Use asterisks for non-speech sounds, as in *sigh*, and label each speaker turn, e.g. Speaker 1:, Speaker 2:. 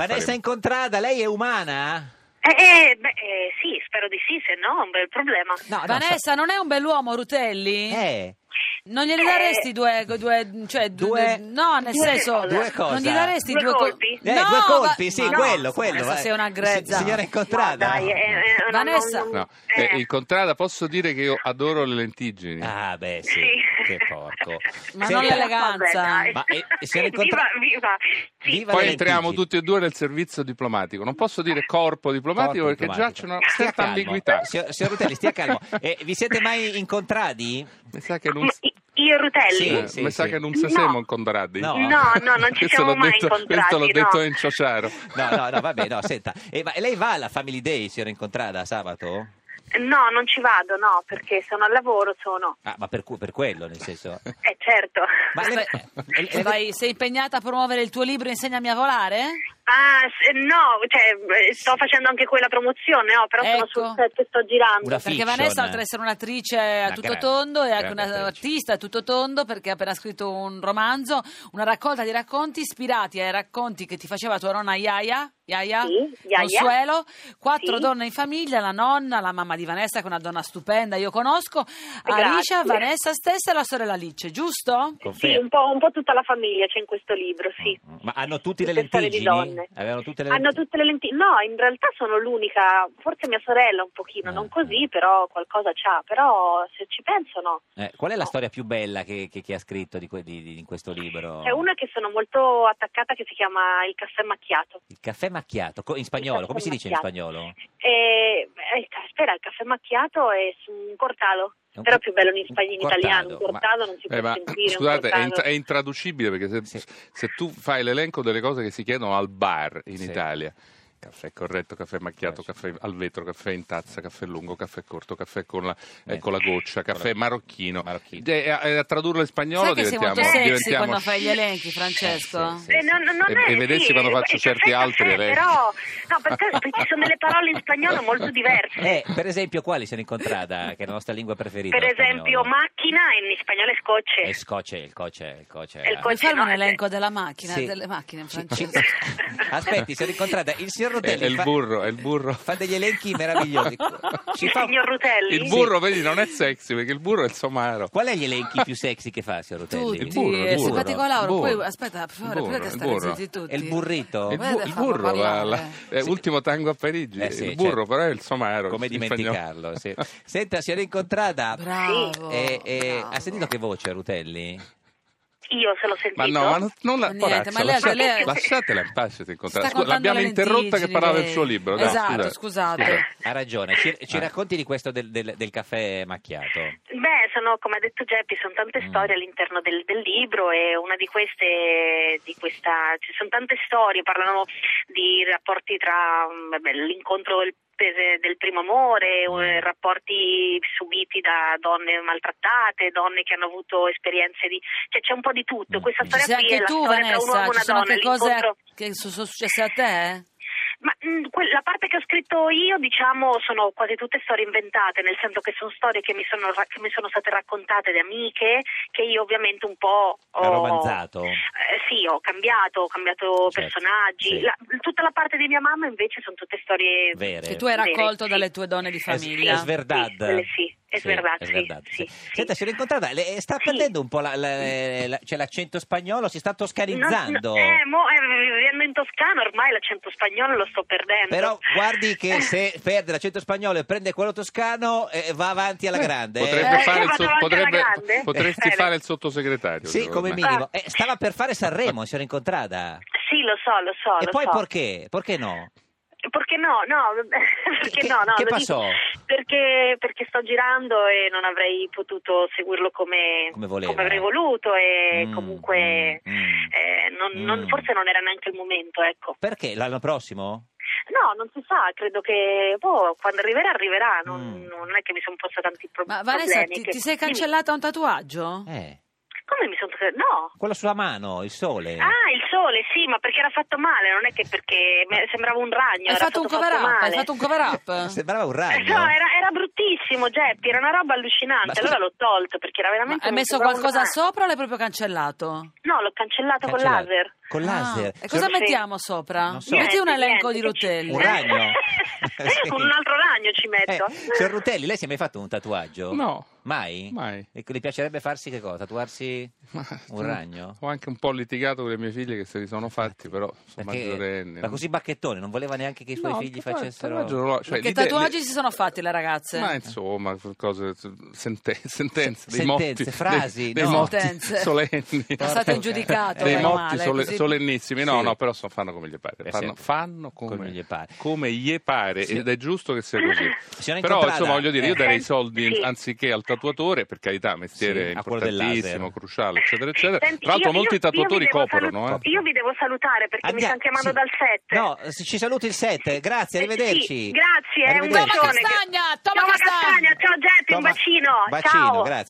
Speaker 1: Vanessa
Speaker 2: Faremo.
Speaker 1: Incontrada, lei è umana?
Speaker 3: Eh, eh, beh, eh, sì, spero di sì, se no è un bel problema.
Speaker 1: No, no,
Speaker 4: Vanessa, non è un bell'uomo Rutelli?
Speaker 1: sa- eh,
Speaker 4: Non gliene daresti due, due- cioè, d-
Speaker 1: Due-
Speaker 4: d- no, nel
Speaker 3: due
Speaker 4: senso,
Speaker 3: cose. Due
Speaker 1: cosa?
Speaker 4: non gli daresti
Speaker 3: Due
Speaker 4: due, col-
Speaker 3: colpi?
Speaker 1: eh,
Speaker 4: No,
Speaker 1: due colpi,
Speaker 4: va-
Speaker 1: sì,
Speaker 4: no,
Speaker 1: quello, quello.
Speaker 4: Questa
Speaker 1: eh.
Speaker 4: sei una grezza.
Speaker 1: Si- signora
Speaker 3: Ma
Speaker 1: Incontrada.
Speaker 3: dai, eh, eh, non-
Speaker 4: Vanessa?
Speaker 3: non-
Speaker 2: No,
Speaker 3: eh,
Speaker 2: eh, il contrada posso dire che io adoro le lentigini.
Speaker 1: Ah, beh, sì,
Speaker 3: Sì.
Speaker 1: che porco.
Speaker 4: Ma
Speaker 1: Senta,
Speaker 4: non l'eleganza.
Speaker 3: vabbè, dai.
Speaker 1: Ma, eh,
Speaker 3: *laughs*
Speaker 1: signora
Speaker 3: viva,
Speaker 1: Incontrada-
Speaker 3: viva. Sì,
Speaker 1: Viva
Speaker 2: Poi
Speaker 1: le
Speaker 2: entriamo
Speaker 1: lentigine.
Speaker 2: tutti e due nel servizio diplomatico. Non posso dire corpo diplomatico
Speaker 1: Ah. Corpo
Speaker 2: perché già c'è
Speaker 1: diplomatico.
Speaker 2: una
Speaker 1: Stia
Speaker 2: certa
Speaker 1: calmo.
Speaker 2: ambiguità.
Speaker 1: Signor, signor Rutelli, stia calmo.
Speaker 2: *laughs*
Speaker 1: Eh, vi siete mai incontrati?
Speaker 2: Mi sa che non,
Speaker 3: ma i- io e
Speaker 1: Sì,
Speaker 3: Rutelli?
Speaker 2: eh,
Speaker 1: sì,
Speaker 2: mi sa
Speaker 1: sì.
Speaker 2: che non si siamo
Speaker 3: No.
Speaker 2: incontrati.
Speaker 1: No.
Speaker 3: No, no, non ci
Speaker 2: Questo
Speaker 3: siamo
Speaker 2: l'ho
Speaker 3: mai
Speaker 2: detto-
Speaker 3: incontrati.
Speaker 2: Questo l'ho
Speaker 3: no.
Speaker 2: detto in ciociaro.
Speaker 1: No, no, no, vabbè, no, senta. Eh, ma lei va alla Family Day, signora Incontrada, sabato?
Speaker 3: No, non ci vado, no, perché sono al lavoro, sono...
Speaker 1: Ah, ma per, cu- per quello, nel senso...
Speaker 3: Eh, certo.
Speaker 1: Ma le-
Speaker 4: Stai-
Speaker 1: le- le-
Speaker 4: vai- sei impegnata a promuovere il tuo libro Insegnami a volare?
Speaker 3: *laughs* Ah, se- no, cioè, eh, sto facendo anche quella promozione, no, però
Speaker 4: Ecco.
Speaker 3: sono sul set e sto girando.
Speaker 1: Una
Speaker 4: Perché
Speaker 1: Fiction.
Speaker 4: Vanessa, oltre ad essere un'attrice
Speaker 1: Una
Speaker 4: a tutto
Speaker 1: gran-
Speaker 4: tondo, è anche
Speaker 1: grande attrice.
Speaker 4: un'artista a tutto tondo perché ha appena scritto un romanzo, una raccolta di racconti ispirati ai racconti che ti faceva tua nonna Iaia. Iaia,
Speaker 3: Sì, Iaia.
Speaker 4: Consuelo, quattro
Speaker 3: Sì.
Speaker 4: donne in famiglia, la nonna, la mamma di Vanessa, che è una donna stupenda, io conosco,
Speaker 3: Grazie.
Speaker 4: Alicia, Vanessa stessa e la sorella Alice, giusto?
Speaker 3: Sì,
Speaker 1: Confermo.
Speaker 3: un po', un po' tutta la famiglia c'è in questo libro, sì.
Speaker 1: Mm, Ma hanno tutte le
Speaker 3: Tutte storie
Speaker 1: lentigini?
Speaker 3: Di donne.
Speaker 1: Avevano tutte le
Speaker 3: Hanno
Speaker 1: lentigini?
Speaker 3: tutte le lenti- No, in realtà sono l'unica, forse mia sorella un pochino,
Speaker 1: Ah.
Speaker 3: non così, però qualcosa c'ha, però se ci penso no.
Speaker 1: Eh, qual è la storia più bella che, che- che ha scritto di, que- di- di- in questo libro?
Speaker 3: È una che sono molto attaccata che si chiama Il caffè macchiato.
Speaker 1: Il caffè macchiato, co- in spagnolo,
Speaker 3: Il
Speaker 1: come si dice
Speaker 3: caffè
Speaker 1: in
Speaker 3: macchiato.
Speaker 1: spagnolo?
Speaker 3: E, eh, il ca- spera, il caffè macchiato è su un cortalo,
Speaker 1: È un
Speaker 3: però
Speaker 1: co-
Speaker 3: più bello in, spa-
Speaker 1: un
Speaker 3: in italiano, un
Speaker 1: cortado, ma-
Speaker 3: cortalo non si può
Speaker 2: Eh, ma,
Speaker 3: sentire. un
Speaker 2: scusate, è,
Speaker 3: cortado.
Speaker 2: int- è intraducibile perché se,
Speaker 1: Sì.
Speaker 2: se tu fai l'elenco delle cose che si chiedono al bar in
Speaker 1: Sì.
Speaker 2: Italia. Caffè corretto, caffè macchiato, caffè al vetro, caffè in tazza, caffè lungo, caffè corto, caffè con la, eh, con la goccia, caffè marocchino.
Speaker 1: Marocchino.
Speaker 2: Eh, eh, a tradurlo in spagnolo
Speaker 4: Sai che sei
Speaker 2: diventiamo,
Speaker 4: molto sexy
Speaker 2: diventiamo
Speaker 4: quando fai gli
Speaker 1: *laughs*
Speaker 4: elenchi,
Speaker 1: Eh,
Speaker 4: Francesco?
Speaker 1: sì, sì.
Speaker 3: Eh, no, no, non
Speaker 2: E-
Speaker 3: è-
Speaker 2: e vedessi
Speaker 3: sì,
Speaker 2: quando faccio
Speaker 3: eh,
Speaker 2: certi
Speaker 3: caffè,
Speaker 2: altri
Speaker 3: caffè,
Speaker 2: elenchi.
Speaker 3: Però, no,
Speaker 2: *laughs*
Speaker 3: perché, perché sono delle parole in spagnolo molto diverse.
Speaker 1: Eh, per esempio, quali sono incontrata? Che è la nostra lingua preferita.
Speaker 3: per
Speaker 1: lo
Speaker 3: esempio,
Speaker 1: spagnolo?
Speaker 3: macchina in spagnolo è scotch.
Speaker 1: Eh, scotch, il coce, il coce.
Speaker 3: Il
Speaker 4: Puoi
Speaker 3: coce,
Speaker 4: farmi
Speaker 3: no,
Speaker 4: un
Speaker 3: eh,
Speaker 4: elenco della macchina,
Speaker 1: Sì.
Speaker 4: delle macchine,
Speaker 1: Ci-
Speaker 4: Francesco?
Speaker 1: ci- *laughs* Aspetti, sono incontrata. Il signor
Speaker 2: È,
Speaker 1: Rotelli
Speaker 2: è il
Speaker 1: fa-
Speaker 2: burro, è il burro.
Speaker 1: fa degli elenchi
Speaker 2: *laughs*
Speaker 1: meravigliosi. Ci
Speaker 3: il
Speaker 1: fa-
Speaker 3: signor Rutelli?
Speaker 2: Il burro, vedi, non è sexy perché il burro è il somaro.
Speaker 1: Qual è gli elenchi più sexy che fa, signor Rotelli?
Speaker 4: Tutti,
Speaker 2: Il burro, il
Speaker 4: eh,
Speaker 2: burro,
Speaker 4: simpatico Lauro.
Speaker 2: il burro,
Speaker 4: Poi aspetta, per favore,
Speaker 2: il burro,
Speaker 4: prendete
Speaker 2: il
Speaker 4: stare
Speaker 2: burro.
Speaker 4: zitti tutti.
Speaker 1: È il burrito?
Speaker 2: Il, bu-
Speaker 4: Guarda,
Speaker 2: il
Speaker 4: fanno
Speaker 2: burro,
Speaker 4: parlare.
Speaker 2: la- la- eh,
Speaker 1: Sì.
Speaker 2: ultimo tango a Parigi.
Speaker 1: Eh sì,
Speaker 2: il burro,
Speaker 1: certo.
Speaker 2: però, è il somaro.
Speaker 1: Come
Speaker 2: il spagnolo.
Speaker 1: dimenticarlo?
Speaker 2: *laughs*
Speaker 1: sì. Senta, signora incontrata.
Speaker 4: Bravo,
Speaker 1: eh, eh,
Speaker 4: bravo.
Speaker 1: ha sentito che voce Rutelli?
Speaker 3: Io se l'ho sentito.
Speaker 2: Ma no, ma non, non la
Speaker 4: Ma
Speaker 2: poraccia,
Speaker 4: niente, ma lei-
Speaker 2: lasciate-
Speaker 4: lei-
Speaker 2: lasciatela in pace. se incontrate.
Speaker 4: Sta
Speaker 2: Scusa,
Speaker 4: contando
Speaker 2: l'abbiamo
Speaker 4: le
Speaker 2: interrotta che
Speaker 4: lentigine,
Speaker 2: parlava del
Speaker 4: lei.
Speaker 2: suo libro. dai,
Speaker 4: Esatto,
Speaker 2: scusa.
Speaker 4: scusate.
Speaker 2: Scusa.
Speaker 1: Ha ragione. Ci, ci
Speaker 2: Ah.
Speaker 1: racconti di questo del, del- del caffè macchiato?
Speaker 3: Beh, sono, come ha detto Geppi, sono tante
Speaker 1: Mm.
Speaker 3: storie all'interno del, del libro e una di queste, di questa, ci sono tante storie, parlano di rapporti tra mm, vabbè, l'incontro del, per- del primo amore,
Speaker 4: Mm.
Speaker 3: o, eh, rapporti subiti da donne maltrattate, donne che hanno avuto esperienze di... cioè c'è un po' di tutto,
Speaker 1: Mm.
Speaker 3: questa
Speaker 1: Ci
Speaker 4: Ci
Speaker 3: storia
Speaker 4: sei
Speaker 3: qui è
Speaker 4: anche
Speaker 3: la
Speaker 4: tu,
Speaker 3: storia tra un uomo
Speaker 4: Vanessa?
Speaker 3: e
Speaker 4: Ci
Speaker 3: una
Speaker 4: sono
Speaker 3: donna,
Speaker 4: anche cose
Speaker 3: l'incontro-
Speaker 4: che so- sono successe a te?
Speaker 3: Ma mh, que- la parte che ho scritto io, diciamo, sono quasi tutte storie inventate, nel senso che sono storie che mi sono, ra- che mi sono state raccontate da amiche, che io ovviamente un po' ho...
Speaker 1: Ha romanzato?
Speaker 3: Eh, sì, ho cambiato, ho cambiato
Speaker 1: Certo,
Speaker 3: personaggi.
Speaker 1: sì.
Speaker 3: La- tutta la parte di mia mamma invece sono tutte storie...
Speaker 1: Vere.
Speaker 4: Che tu hai raccolto
Speaker 3: Sì.
Speaker 4: dalle tue donne di
Speaker 1: Es-
Speaker 4: famiglia.
Speaker 1: Es verdad.
Speaker 3: Sì, quelle sì, es verdad,
Speaker 1: es
Speaker 3: sì,
Speaker 1: verdad,
Speaker 3: sì, sì.
Speaker 1: Senta, signora incontrata, le- sta
Speaker 3: Sì.
Speaker 1: perdendo un po' la- la- la- cioè, l'accento spagnolo, si sta toscanizzando.
Speaker 3: Non- no- eh, mo, eh, vivendo in Toscana ormai l'accento spagnolo lo sto perdendo.
Speaker 1: Però guardi
Speaker 3: Eh. *laughs*
Speaker 1: che se perde l'accento spagnolo e prende quello toscano eh, va avanti alla
Speaker 2: Eh,
Speaker 1: grande. eh.
Speaker 2: Potrebbe
Speaker 3: Eh,
Speaker 2: fare
Speaker 3: io
Speaker 2: il so-
Speaker 3: vado avanti alla
Speaker 2: potrebbe,
Speaker 3: grande?
Speaker 2: potresti
Speaker 3: Eh,
Speaker 2: fare il sottosegretario.
Speaker 1: Sì,
Speaker 2: secondo
Speaker 1: come
Speaker 2: me.
Speaker 1: minimo.
Speaker 3: Esatto.
Speaker 1: Eh, stava per fare Sanremo, signora incontrata.
Speaker 3: Sì, lo so, lo so.
Speaker 1: E
Speaker 3: lo
Speaker 1: poi
Speaker 3: so.
Speaker 1: perché? Perché no?
Speaker 3: Perché no, no, *laughs* perché
Speaker 1: Che-
Speaker 3: no, no,
Speaker 1: che
Speaker 3: lo
Speaker 1: passò?
Speaker 3: dico Perché, perché sto girando e non avrei potuto seguirlo come,
Speaker 1: Come voleva. eh.
Speaker 3: avrei voluto e
Speaker 1: Mm,
Speaker 3: comunque
Speaker 1: mm, mm.
Speaker 3: eh, non- non-
Speaker 1: Mm.
Speaker 3: forse non era neanche il momento, ecco.
Speaker 1: Perché l'anno prossimo?
Speaker 3: No, non si sa, credo che boh, quando arriverà arriverà, non,
Speaker 1: Mm.
Speaker 3: non è che mi sono posta tanti pro-
Speaker 4: Ma
Speaker 3: problemi.
Speaker 4: Vanessa, ti,
Speaker 3: che-
Speaker 4: ti sei
Speaker 3: Dimmi,
Speaker 4: cancellata un tatuaggio?
Speaker 1: Eh,
Speaker 3: Come mi sono... No!
Speaker 1: quello sulla mano, il sole.
Speaker 3: Ah, il sole, sì, ma perché era fatto male, non è che perché me- sembrava un ragno.
Speaker 4: Hai
Speaker 3: era
Speaker 4: fatto un
Speaker 3: fatto
Speaker 4: cover up?
Speaker 3: male.
Speaker 4: Hai fatto un cover up?
Speaker 1: Sembrava un
Speaker 3: Eh,
Speaker 1: ragno.
Speaker 3: No, era, era fortissimo Geppi, era una roba allucinante.
Speaker 1: Ma scusa-
Speaker 3: allora l'ho tolto perché era
Speaker 4: Ma
Speaker 3: veramente.
Speaker 4: hai
Speaker 3: mi
Speaker 4: messo
Speaker 3: sembrava un
Speaker 4: qualcosa
Speaker 3: mare.
Speaker 4: sopra o l'hai proprio cancellato?
Speaker 3: No, l'ho cancellato con
Speaker 1: Cancellare.
Speaker 3: laser.
Speaker 1: Eh, Con
Speaker 4: Ah,
Speaker 1: laser.
Speaker 4: E cosa
Speaker 1: Cioè,
Speaker 4: mettiamo sopra?
Speaker 1: Non so.
Speaker 4: Metti un
Speaker 3: Niente,
Speaker 4: elenco di
Speaker 3: niente, che-
Speaker 4: Rutelli.
Speaker 1: Un
Speaker 3: *laughs*
Speaker 1: ragno? Sì.
Speaker 3: Un altro ragno ci metto.
Speaker 1: Eh, signor Rutelli, lei si è mai fatto un tatuaggio?
Speaker 2: No.
Speaker 1: Mai?
Speaker 2: Mai.
Speaker 1: E Le piacerebbe farsi che cosa? Tatuarsi
Speaker 2: Ma-
Speaker 1: un ragno?
Speaker 2: Ho anche un po' litigato con le mie figlie che se li sono fatti, però sono
Speaker 1: Perché-
Speaker 2: maggiorenni.
Speaker 1: ma così bacchettone, non voleva neanche che i suoi
Speaker 2: No,
Speaker 1: figli
Speaker 2: tra- tra
Speaker 1: facessero...
Speaker 2: l'altro no, cioè,
Speaker 4: che
Speaker 2: l'idea-
Speaker 4: tatuaggi
Speaker 2: le-
Speaker 4: si sono fatti le ragazze?
Speaker 2: Ma insomma, cose, sente- *laughs* sentenze,
Speaker 1: Sentenze,
Speaker 2: dei motti,
Speaker 1: frasi,
Speaker 2: dei, dei
Speaker 1: no.
Speaker 2: motti
Speaker 4: Sentenze.
Speaker 2: solenni.
Speaker 4: È stato
Speaker 1: Porca-
Speaker 4: giudicato,
Speaker 2: dei
Speaker 4: meno
Speaker 2: motti
Speaker 4: male,
Speaker 2: sole-
Speaker 4: così-
Speaker 2: solennissimi. No,
Speaker 1: Sì.
Speaker 2: no, però so- fanno come gli pare.
Speaker 1: Eh,
Speaker 2: Fanno,
Speaker 1: sempre.
Speaker 2: fanno come,
Speaker 1: Come gli pare.
Speaker 2: come gli pare,
Speaker 1: Sì.
Speaker 2: ed è giusto che
Speaker 3: *clears throat*
Speaker 2: sia così.
Speaker 1: Signora
Speaker 2: però
Speaker 1: Incontrada,
Speaker 2: insomma, voglio dire,
Speaker 1: eh.
Speaker 2: io darei i soldi
Speaker 3: Sì.
Speaker 2: anziché al tatuatore, per carità, mestiere
Speaker 1: Sì, a quello del
Speaker 2: importantissimo,
Speaker 1: laser.
Speaker 2: cruciale, eccetera, eccetera.
Speaker 3: Senti,
Speaker 2: Tra l'altro
Speaker 3: io-
Speaker 2: molti
Speaker 3: io- io vi
Speaker 2: tatuatori
Speaker 3: devo
Speaker 2: coprono,
Speaker 3: salut-
Speaker 2: eh.
Speaker 3: Io vi devo salutare perché mi
Speaker 1: Andiamo-
Speaker 3: stanno chiamando
Speaker 1: sì.
Speaker 3: dal set.
Speaker 1: No, eh, ci saluti il 7, grazie,
Speaker 3: Eh,
Speaker 1: arrivederci.
Speaker 3: sì, grazie, eh, un
Speaker 1: Arrivederci.
Speaker 3: bacione.
Speaker 4: Toma Castagna, Toma
Speaker 3: Toma
Speaker 4: Castagna.
Speaker 3: Castagna, ciao Geppi, un
Speaker 1: Toma-
Speaker 3: bacino.
Speaker 1: Bacino,
Speaker 3: ciao.
Speaker 1: grazie.